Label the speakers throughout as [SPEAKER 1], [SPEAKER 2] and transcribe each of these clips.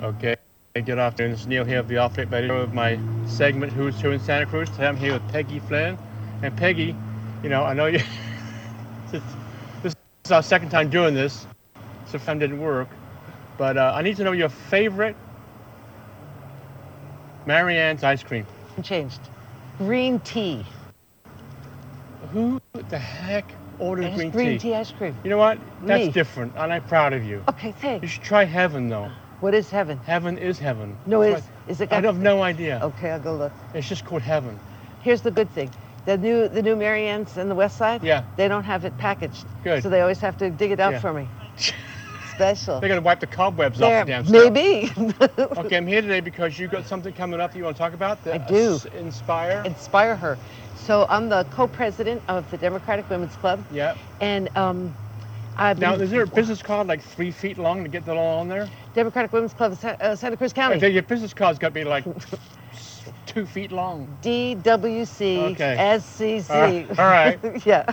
[SPEAKER 1] Okay. Hey, good afternoon. This is Neil here of the Offbeat Radio of my segment Who's Who in Santa Cruz. Today I'm here with Peggy Flynn. And Peggy, you know, I know you. this this is our second time doing this, so time didn't work. But uh, I need to know your favorite Marianne's ice cream.
[SPEAKER 2] Changed. Green tea.
[SPEAKER 1] Who the heck ordered
[SPEAKER 2] There's
[SPEAKER 1] green,
[SPEAKER 2] green
[SPEAKER 1] tea?
[SPEAKER 2] tea ice cream.
[SPEAKER 1] You know what? That's
[SPEAKER 2] Me.
[SPEAKER 1] different, and I'm proud of you.
[SPEAKER 2] Okay,
[SPEAKER 1] You
[SPEAKER 2] thanks.
[SPEAKER 1] should try heaven, though.
[SPEAKER 2] What is heaven?
[SPEAKER 1] Heaven is heaven.
[SPEAKER 2] No,
[SPEAKER 1] That's
[SPEAKER 2] is Oh. is it?
[SPEAKER 1] why- I
[SPEAKER 2] got-
[SPEAKER 1] have no idea.
[SPEAKER 2] Okay, I'll go look.
[SPEAKER 1] It's just called heaven.
[SPEAKER 2] Here's the good thing. The new the new Marianne's in the West Side.
[SPEAKER 1] Yeah.
[SPEAKER 2] They don't have it packaged.
[SPEAKER 1] Good.
[SPEAKER 2] So they always have to dig it out
[SPEAKER 1] Yeah.
[SPEAKER 2] for me. Special.
[SPEAKER 1] They're gonna wipe the cobwebs
[SPEAKER 2] There-
[SPEAKER 1] off the damn stuff.
[SPEAKER 2] maybe.
[SPEAKER 1] Okay, I'm here today because you got something coming up that you want to talk about. That
[SPEAKER 2] I do.
[SPEAKER 1] s- Inspire.
[SPEAKER 2] Inspire her. So I'm the co-president of the Democratic Women's Club,
[SPEAKER 1] yeah.
[SPEAKER 2] and um, I've
[SPEAKER 1] Now,
[SPEAKER 2] been-
[SPEAKER 1] is there a business card like three feet long to get that all on there?
[SPEAKER 2] Democratic Women's Club of Sa- uh, Santa Cruz
[SPEAKER 1] I
[SPEAKER 2] County.
[SPEAKER 1] think your business card's got to be like s- two feet long.
[SPEAKER 2] DWC
[SPEAKER 1] Okay.
[SPEAKER 2] SCC.
[SPEAKER 1] All right. All
[SPEAKER 2] yeah.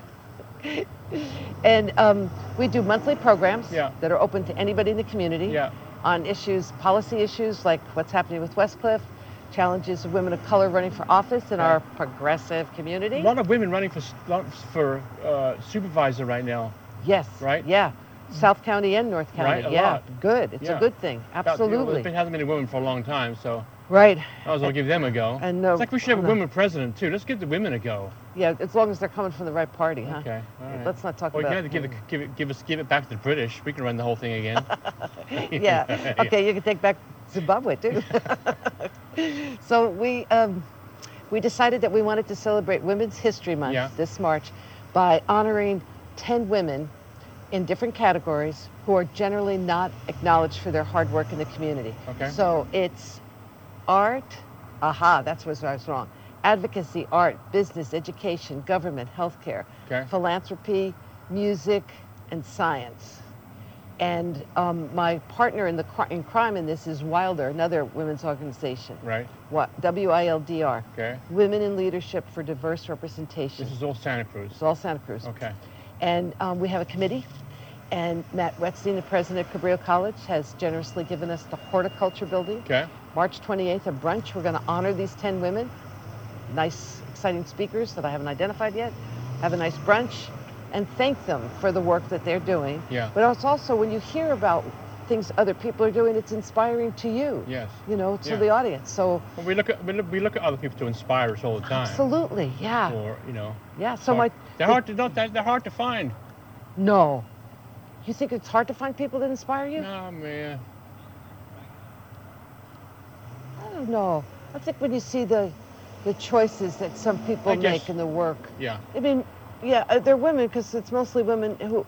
[SPEAKER 2] And um, we do monthly programs
[SPEAKER 1] Yeah.
[SPEAKER 2] that are open to anybody in the community
[SPEAKER 1] Yeah.
[SPEAKER 2] on issues, policy issues like what's happening with Westcliff, challenges of women of color running for office in
[SPEAKER 1] Yeah.
[SPEAKER 2] our progressive community.
[SPEAKER 1] A lot of women running for s- lot- for uh, supervisor right now.
[SPEAKER 2] yes.
[SPEAKER 1] right?
[SPEAKER 2] Yeah. South County and North County.
[SPEAKER 1] Right, a
[SPEAKER 2] yeah.
[SPEAKER 1] lot.
[SPEAKER 2] Good. It's
[SPEAKER 1] Yeah.
[SPEAKER 2] a good thing.
[SPEAKER 1] About- you know,
[SPEAKER 2] Absolutely.
[SPEAKER 1] There's been hasn't been a woman for a long time, so
[SPEAKER 2] right.
[SPEAKER 1] I was gonna give them a go.
[SPEAKER 2] and, uh,
[SPEAKER 1] it's like we should have a
[SPEAKER 2] no.
[SPEAKER 1] women president too. Let's give the women a go.
[SPEAKER 2] Yeah. As long as they're coming from the right party, huh?
[SPEAKER 1] Okay. All right.
[SPEAKER 2] Let's not talk
[SPEAKER 1] Well, you
[SPEAKER 2] about
[SPEAKER 1] can either give it, give it, give us, give it back to the British. We can run the whole thing again.
[SPEAKER 2] yeah.
[SPEAKER 1] Yeah.
[SPEAKER 2] Okay, you can take back Zimbabwe too. so we um, we decided that we wanted to celebrate Women's History Month
[SPEAKER 1] Yeah.
[SPEAKER 2] this March by honoring ten women in different categories who are generally not acknowledged for their hard work in the community.
[SPEAKER 1] Okay.
[SPEAKER 2] So it's art. Aha, that's what I was wrong. Advocacy, art, business, education, government, healthcare,
[SPEAKER 1] Okay.
[SPEAKER 2] philanthropy, music, and science. And um, my partner in the cri- in crime in this is Wilder, another women's organization.
[SPEAKER 1] Right.
[SPEAKER 2] What WILDR,
[SPEAKER 1] Okay.
[SPEAKER 2] Women in Leadership for Diverse Representation.
[SPEAKER 1] This is all Santa Cruz.
[SPEAKER 2] it's all Santa Cruz.
[SPEAKER 1] Okay.
[SPEAKER 2] And um, we have a committee. And Matt Wetstein, the president of Cabrillo College, has generously given us the horticulture building.
[SPEAKER 1] Okay.
[SPEAKER 2] March 28th, a brunch. We're going to honor these 10 women. Nice, exciting speakers that I haven't identified yet. Have a nice brunch and thank them for the work that they're doing.
[SPEAKER 1] Yeah.
[SPEAKER 2] But it's also when you hear about things other people are doing, it's inspiring to you,
[SPEAKER 1] Yes.
[SPEAKER 2] you know, to
[SPEAKER 1] Yeah.
[SPEAKER 2] the audience. So,
[SPEAKER 1] Well, we look at we look, we look at other people to inspire us all the time.
[SPEAKER 2] absolutely, yeah.
[SPEAKER 1] Or you know.
[SPEAKER 2] Yeah, so
[SPEAKER 1] hard-
[SPEAKER 2] my.
[SPEAKER 1] They're hard to not that they're hard to find.
[SPEAKER 2] No. You think it's hard to find people that inspire you?
[SPEAKER 1] Nah, man.
[SPEAKER 2] I don't know. I think when you see the, the choices that some people
[SPEAKER 1] I guess-
[SPEAKER 2] make in the work,
[SPEAKER 1] Yeah.
[SPEAKER 2] I mean, yeah, uh, they're women because it's mostly women who.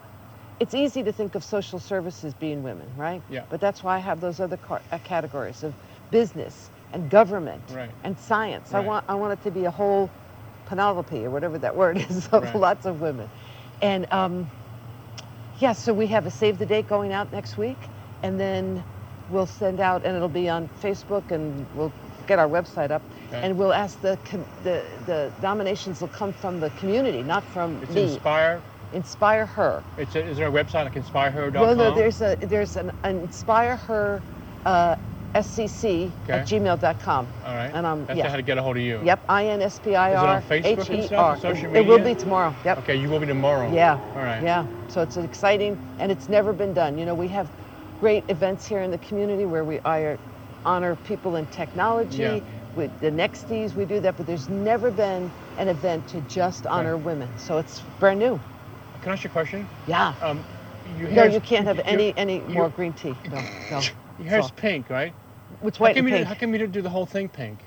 [SPEAKER 2] It's easy to think of social services being women, right?
[SPEAKER 1] Yeah.
[SPEAKER 2] But that's why I have those other car- uh, categories of business and government
[SPEAKER 1] Right.
[SPEAKER 2] and science.
[SPEAKER 1] Right.
[SPEAKER 2] I want I want it to be a whole panoply or whatever that word is of
[SPEAKER 1] Right.
[SPEAKER 2] lots of women, and um, yeah. So we have a save the date going out next week, and then we'll send out and it'll be on Facebook and we'll get our website up.
[SPEAKER 1] Okay.
[SPEAKER 2] And we'll ask the, com- the the nominations will come from the community, not from
[SPEAKER 1] It's
[SPEAKER 2] me.
[SPEAKER 1] inspire.
[SPEAKER 2] Inspire her.
[SPEAKER 1] It's a, is there a website like inspireher.com?
[SPEAKER 2] Well, no, there's a there's an, an inspire her, uh, scc at
[SPEAKER 1] Okay.
[SPEAKER 2] gmail.com.
[SPEAKER 1] All right.
[SPEAKER 2] and, um,
[SPEAKER 1] That's
[SPEAKER 2] yeah.
[SPEAKER 1] how to get a hold of you.
[SPEAKER 2] Yep, I N S P I R
[SPEAKER 1] Is it on
[SPEAKER 2] H
[SPEAKER 1] Facebook and
[SPEAKER 2] E
[SPEAKER 1] stuff,
[SPEAKER 2] R.
[SPEAKER 1] on social
[SPEAKER 2] It will
[SPEAKER 1] media?
[SPEAKER 2] be tomorrow. Yep.
[SPEAKER 1] Okay. You will be tomorrow.
[SPEAKER 2] Yeah.
[SPEAKER 1] All right.
[SPEAKER 2] Yeah. So it's exciting, and it's never been done. You know, we have great events here in the community where we honor, honor people in technology.
[SPEAKER 1] Yeah.
[SPEAKER 2] With the Nexties, we do that, but there's never been an event to just honor women. So it's brand new.
[SPEAKER 1] Can I ask you a question?
[SPEAKER 2] Yeah.
[SPEAKER 1] Um, you
[SPEAKER 2] no, you can't have any any
[SPEAKER 1] you-
[SPEAKER 2] more green tea. No, no.
[SPEAKER 1] Your hair's
[SPEAKER 2] So,
[SPEAKER 1] pink, right?
[SPEAKER 2] it's
[SPEAKER 1] How
[SPEAKER 2] white
[SPEAKER 1] come,
[SPEAKER 2] and
[SPEAKER 1] you, didn't-
[SPEAKER 2] pink
[SPEAKER 1] how come you didn't do the whole thing pink?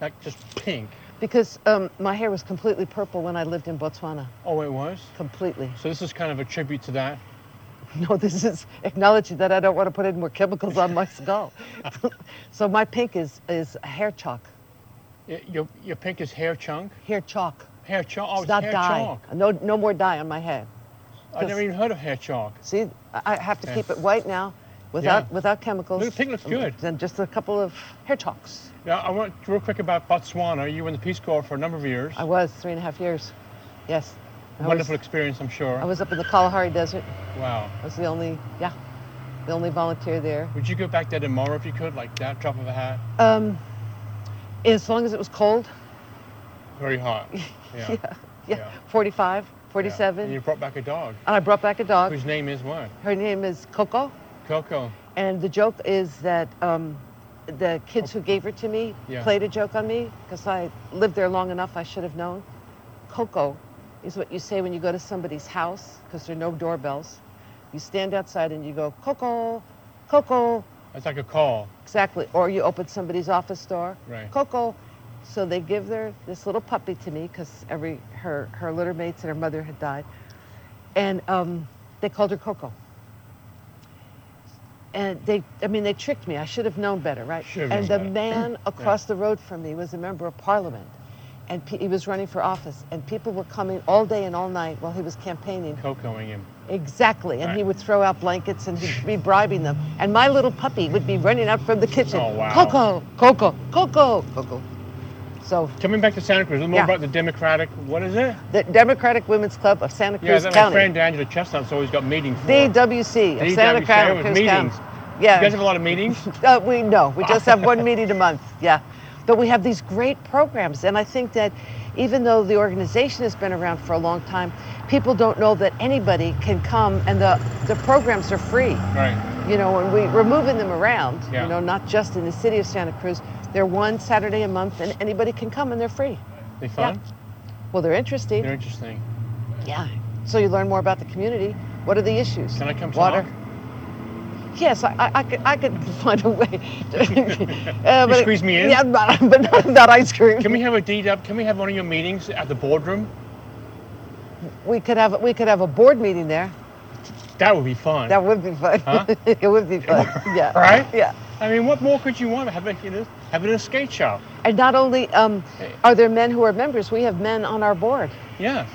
[SPEAKER 1] Like just pink.
[SPEAKER 2] because um, my hair was completely purple when I lived in Botswana.
[SPEAKER 1] Oh, it was.
[SPEAKER 2] Completely.
[SPEAKER 1] So this is kind of a tribute to that.
[SPEAKER 2] No, this is acknowledging that I don't want to put any more chemicals on my skull. so my pink is is hair chalk.
[SPEAKER 1] Y- Your, your pink is hair chunk.
[SPEAKER 2] Hair chalk.
[SPEAKER 1] Hair chalk. Oh,
[SPEAKER 2] It's
[SPEAKER 1] it's
[SPEAKER 2] not
[SPEAKER 1] hair
[SPEAKER 2] dye.
[SPEAKER 1] chalk.
[SPEAKER 2] No, no more dye on my head.
[SPEAKER 1] I never even heard of hair chalk.
[SPEAKER 2] See, I I have to
[SPEAKER 1] Yeah.
[SPEAKER 2] keep it white now, without
[SPEAKER 1] Yeah.
[SPEAKER 2] without chemicals.
[SPEAKER 1] Look, pink looks good.
[SPEAKER 2] And just a couple of hair chalks.
[SPEAKER 1] Now I want real quick about Botswana. You were in the Peace Corps for a number of years.
[SPEAKER 2] I was three and a half years. Yes. I
[SPEAKER 1] Wonderful
[SPEAKER 2] Was,
[SPEAKER 1] experience, I'm sure.
[SPEAKER 2] I was up in the Kalahari Desert.
[SPEAKER 1] wow.
[SPEAKER 2] I was the only. Yeah. the only volunteer there.
[SPEAKER 1] Would you go back there tomorrow if you could, like that drop of a hat?
[SPEAKER 2] Um, as long as it was cold,
[SPEAKER 1] Very hot.
[SPEAKER 2] yeah, yeah,
[SPEAKER 1] Yeah.
[SPEAKER 2] 45,
[SPEAKER 1] Yeah.
[SPEAKER 2] 47.
[SPEAKER 1] And you
[SPEAKER 2] And
[SPEAKER 1] brought back a dog
[SPEAKER 2] I brought back a dog.
[SPEAKER 1] whose name is what?
[SPEAKER 2] Her name is Coco.
[SPEAKER 1] Coco.
[SPEAKER 2] And the joke is that um, the kids who gave her to me
[SPEAKER 1] Yeah.
[SPEAKER 2] played a joke on me because I lived there long enough, I should have known. Coco is what you say when you go to somebody's house because there are no doorbells. You stand outside and you go, Coco, Coco,
[SPEAKER 1] That's like a call,
[SPEAKER 2] exactly. Or you open somebody's office door,
[SPEAKER 1] right?
[SPEAKER 2] Coco. So they give their this little puppy to me because every her her litter mates and her mother had died, and um, they called her Coco. And they, I mean, they tricked me. I should have known better, right?
[SPEAKER 1] Should have
[SPEAKER 2] and the
[SPEAKER 1] known better.
[SPEAKER 2] man across the road from me was a member of parliament, and pe- he was running for office. And people were coming all day and all night while he was campaigning
[SPEAKER 1] Cocoing him.
[SPEAKER 2] Exactly, and he
[SPEAKER 1] Right.
[SPEAKER 2] would throw out blankets and he'd be bribing them. And my little puppy would be running out from the kitchen.
[SPEAKER 1] Oh, wow.
[SPEAKER 2] Coco, Coco, Coco, Coco. So
[SPEAKER 1] Coming back to Santa Cruz, a little more
[SPEAKER 2] Yeah.
[SPEAKER 1] about the Democratic, what is it?
[SPEAKER 2] the Democratic Women's Club of Santa
[SPEAKER 1] Yeah,
[SPEAKER 2] Cruz
[SPEAKER 1] that my
[SPEAKER 2] County,
[SPEAKER 1] friend Angela Chestnut's always got meetings for.
[SPEAKER 2] DWC of
[SPEAKER 1] DWC,
[SPEAKER 2] Santa
[SPEAKER 1] there
[SPEAKER 2] Cruz
[SPEAKER 1] was
[SPEAKER 2] Cruz County.
[SPEAKER 1] meetings. You guys have
[SPEAKER 2] Yeah,
[SPEAKER 1] a lot of meetings?
[SPEAKER 2] uh, we no, we just have one meeting a month. Yeah, but we have these great programs, and I think that even though the organization has been around for a long time, people don't know that anybody can come, and the the programs are free.
[SPEAKER 1] right.
[SPEAKER 2] you know, and we, we're moving them around,
[SPEAKER 1] Yeah.
[SPEAKER 2] you know, not just in the city of Santa Cruz. They're one Saturday a month, and anybody can come, and they're free.
[SPEAKER 1] They fun?
[SPEAKER 2] Well, they're interesting.
[SPEAKER 1] They're interesting.
[SPEAKER 2] yeah. So you learn more about the community. What are the issues?
[SPEAKER 1] Can I come
[SPEAKER 2] Water.
[SPEAKER 1] talk?
[SPEAKER 2] Yes, I, I, I could, I could find a way. uh,
[SPEAKER 1] You squeeze me in?
[SPEAKER 2] Yeah, but, but not without ice cream.
[SPEAKER 1] Can we have a DW, can we have one of your meetings at the boardroom?
[SPEAKER 2] we could have we could have a board meeting there.
[SPEAKER 1] That would be fun.
[SPEAKER 2] That would be fun.
[SPEAKER 1] Huh?
[SPEAKER 2] it would be fun. Yeah.
[SPEAKER 1] Right?
[SPEAKER 2] Yeah.
[SPEAKER 1] I mean, what more could you want? Have it, you know, have it a skate shop.
[SPEAKER 2] And not only um,
[SPEAKER 1] Hey.
[SPEAKER 2] are there men who are members, we have men on our board.
[SPEAKER 1] Yeah.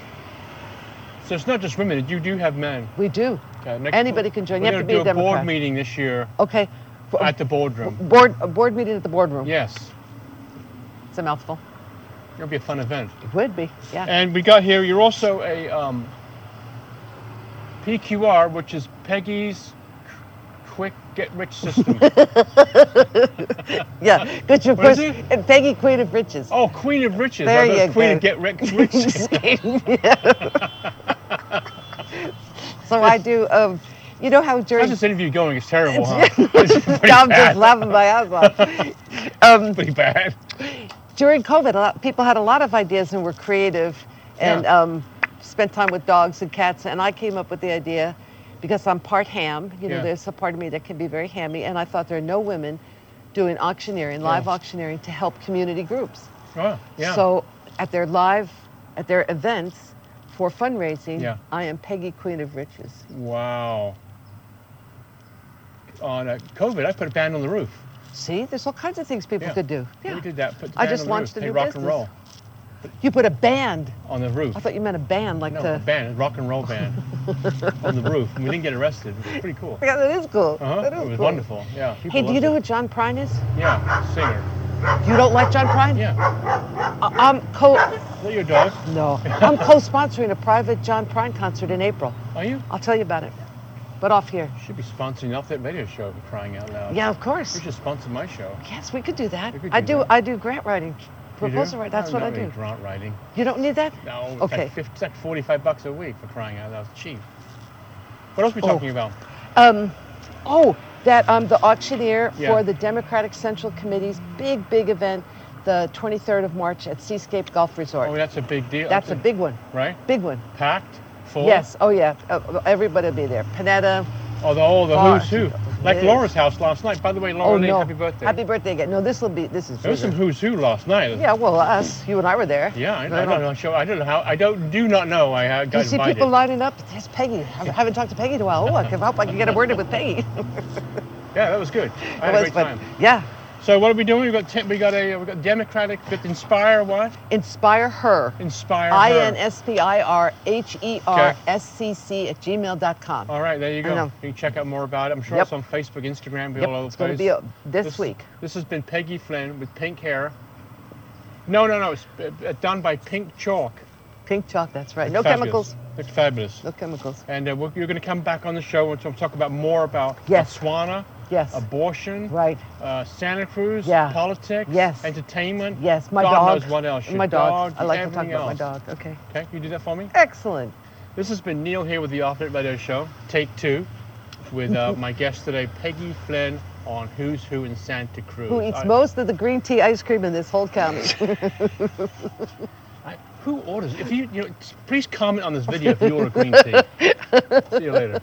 [SPEAKER 1] So it's not just women. You do have men.
[SPEAKER 2] We do.
[SPEAKER 1] Okay, next-
[SPEAKER 2] Anybody can join.
[SPEAKER 1] We're
[SPEAKER 2] You
[SPEAKER 1] going
[SPEAKER 2] have
[SPEAKER 1] to
[SPEAKER 2] to be
[SPEAKER 1] do
[SPEAKER 2] a
[SPEAKER 1] a board
[SPEAKER 2] Democrat.
[SPEAKER 1] meeting this year
[SPEAKER 2] Okay. F-
[SPEAKER 1] at the boardroom.
[SPEAKER 2] board a board meeting at the boardroom.
[SPEAKER 1] Yes,
[SPEAKER 2] It's a mouthful.
[SPEAKER 1] it'll be Eh. a fun event.
[SPEAKER 2] It would be. Yeah.
[SPEAKER 1] And we got here. You're also a um, PQR, which is Peggy's Qu- Quick Get Rich System.
[SPEAKER 2] yeah. Good job.
[SPEAKER 1] What is
[SPEAKER 2] Chris.
[SPEAKER 1] it?
[SPEAKER 2] And Peggy Queen of Riches.
[SPEAKER 1] oh, Queen of Riches. I
[SPEAKER 2] There
[SPEAKER 1] thought it was
[SPEAKER 2] you
[SPEAKER 1] Queen
[SPEAKER 2] go.
[SPEAKER 1] of Get Rich. rich.
[SPEAKER 2] so I do um you know how
[SPEAKER 1] How's
[SPEAKER 2] during
[SPEAKER 1] this interview going? It's terrible, huh? It's pretty
[SPEAKER 2] I'm
[SPEAKER 1] bad.
[SPEAKER 2] just laughing my ass off. Um,
[SPEAKER 1] Pretty bad.
[SPEAKER 2] during COVID, a lot, people had a lot of ideas and were creative and
[SPEAKER 1] Yeah.
[SPEAKER 2] um, spent time with dogs and cats. And I came up with the idea because I'm part ham. You know,
[SPEAKER 1] Yeah.
[SPEAKER 2] there's a part of me that can be very hammy. And I thought there are no women doing auctioneering, live
[SPEAKER 1] Oh.
[SPEAKER 2] auctioneering to help community groups.
[SPEAKER 1] Oh, yeah.
[SPEAKER 2] So at their live, at their events for fundraising,
[SPEAKER 1] Yeah.
[SPEAKER 2] I am Peggy Queen of Riches.
[SPEAKER 1] Wow. On uh, COVID, I put a band on the roof.
[SPEAKER 2] See, there's all kinds of things people
[SPEAKER 1] Yeah.
[SPEAKER 2] could do.
[SPEAKER 1] We did that. Put the
[SPEAKER 2] I
[SPEAKER 1] band
[SPEAKER 2] just
[SPEAKER 1] on the
[SPEAKER 2] launched
[SPEAKER 1] roof,
[SPEAKER 2] a
[SPEAKER 1] play
[SPEAKER 2] new
[SPEAKER 1] rock
[SPEAKER 2] business.
[SPEAKER 1] and roll
[SPEAKER 2] You put a band.
[SPEAKER 1] on the roof.
[SPEAKER 2] I thought you meant a band like
[SPEAKER 1] no,
[SPEAKER 2] the.
[SPEAKER 1] a band, a rock and roll band on the roof. And we didn't get arrested. It was pretty cool.
[SPEAKER 2] Yeah, that is cool.
[SPEAKER 1] Uh-huh.
[SPEAKER 2] That is
[SPEAKER 1] It was
[SPEAKER 2] cool.
[SPEAKER 1] wonderful. Yeah. people
[SPEAKER 2] Hey, do you
[SPEAKER 1] loved
[SPEAKER 2] know
[SPEAKER 1] it.
[SPEAKER 2] who John Prine is?
[SPEAKER 1] Yeah, singer.
[SPEAKER 2] You don't like John Prine?
[SPEAKER 1] Yeah.
[SPEAKER 2] I- I'm co.
[SPEAKER 1] Is that your dog?
[SPEAKER 2] No, I'm co-sponsoring a private John Prine concert in April.
[SPEAKER 1] Are you?
[SPEAKER 2] I'll tell you about it, but off here.
[SPEAKER 1] Should be sponsoring off that radio show. for Crying out loud.
[SPEAKER 2] Yeah, of course.
[SPEAKER 1] You should sponsor my show.
[SPEAKER 2] Yes, we could do that.
[SPEAKER 1] We could
[SPEAKER 2] I
[SPEAKER 1] do
[SPEAKER 2] do.
[SPEAKER 1] that.
[SPEAKER 2] I do grant writing,
[SPEAKER 1] Oh, You do?
[SPEAKER 2] proposal writing. That's
[SPEAKER 1] I'm
[SPEAKER 2] what I
[SPEAKER 1] not really
[SPEAKER 2] do.
[SPEAKER 1] Grant writing.
[SPEAKER 2] You don't need that.
[SPEAKER 1] No. It's
[SPEAKER 2] Okay.
[SPEAKER 1] Like 50, it's like 45 bucks a week for crying out loud. It's cheap. What else are we
[SPEAKER 2] Oh.
[SPEAKER 1] talking about?
[SPEAKER 2] Um, oh, that um, the auctioneer
[SPEAKER 1] Yeah.
[SPEAKER 2] for the Democratic Central Committee's big, big event, the 23rd of March at Seascape Golf Resort.
[SPEAKER 1] Oh, that's a big deal.
[SPEAKER 2] That's a big one.
[SPEAKER 1] right.
[SPEAKER 2] Big one.
[SPEAKER 1] packed, full.
[SPEAKER 2] Yes. Oh yeah. Uh, everybody will be there. Panetta.
[SPEAKER 1] Oh, the, oh, the
[SPEAKER 2] Far.
[SPEAKER 1] who's who. Like
[SPEAKER 2] Yes.
[SPEAKER 1] Laura's house last night. By the way, Laura
[SPEAKER 2] oh
[SPEAKER 1] Lee,
[SPEAKER 2] no.
[SPEAKER 1] happy birthday.
[SPEAKER 2] Happy birthday again. No, this will be. This is.
[SPEAKER 1] there was some
[SPEAKER 2] bigger.
[SPEAKER 1] who's who last night.
[SPEAKER 2] Yeah, well, us, you and I were there.
[SPEAKER 1] Yeah, I, I
[SPEAKER 2] No,
[SPEAKER 1] don't know. Sure, I don't know how. I don't do not know. I uh, got
[SPEAKER 2] You see
[SPEAKER 1] invited.
[SPEAKER 2] people lining up. There's Peggy. I haven't talked to Peggy in a while. Oh, I can hope I can get a word in with Peggy.
[SPEAKER 1] yeah, that was good. I had a great
[SPEAKER 2] fun.
[SPEAKER 1] time.
[SPEAKER 2] Yeah,
[SPEAKER 1] So what are we doing? We got ten, we got a we got Democratic. We got Inspire what?
[SPEAKER 2] inspire her.
[SPEAKER 1] Inspire. her.
[SPEAKER 2] I N S P I R H E R S C C at gmail.com.
[SPEAKER 1] All right, there you
[SPEAKER 2] I
[SPEAKER 1] go.
[SPEAKER 2] know.
[SPEAKER 1] You can check out more about it. I'm sure
[SPEAKER 2] Yep.
[SPEAKER 1] it's on Facebook, Instagram, be
[SPEAKER 2] Yep,
[SPEAKER 1] all over
[SPEAKER 2] it's
[SPEAKER 1] the
[SPEAKER 2] going
[SPEAKER 1] place.
[SPEAKER 2] to be up this, week.
[SPEAKER 1] This has been Peggy Flynn with pink hair. No, no, no. It's uh, done by Pink Chalk.
[SPEAKER 2] Pink chalk, that's right. No
[SPEAKER 1] Fabulous.
[SPEAKER 2] chemicals.
[SPEAKER 1] It's fabulous.
[SPEAKER 2] No chemicals.
[SPEAKER 1] And uh, we're, you're going to come back on the show and talk about more about
[SPEAKER 2] Yes.
[SPEAKER 1] Botswana,
[SPEAKER 2] Yes.
[SPEAKER 1] abortion,
[SPEAKER 2] Right.
[SPEAKER 1] uh, Santa Cruz,
[SPEAKER 2] Yeah.
[SPEAKER 1] politics,
[SPEAKER 2] Yes.
[SPEAKER 1] entertainment.
[SPEAKER 2] Yes, my
[SPEAKER 1] God
[SPEAKER 2] dog.
[SPEAKER 1] knows what else. Your
[SPEAKER 2] My dog. I like to
[SPEAKER 1] everything
[SPEAKER 2] talk about my
[SPEAKER 1] else.
[SPEAKER 2] dog. Okay.
[SPEAKER 1] Okay, you do that for me.
[SPEAKER 2] Excellent.
[SPEAKER 1] This has been Neil here with the Off Net Radio Show, take two, with uh, my guest today, Peggy Flynn, on Who's Who in Santa Cruz.
[SPEAKER 2] Who eats
[SPEAKER 1] I-
[SPEAKER 2] most of the green tea ice cream in this whole county?
[SPEAKER 1] I- who orders? If you, you know, please comment on this video if you order green tea. See you later.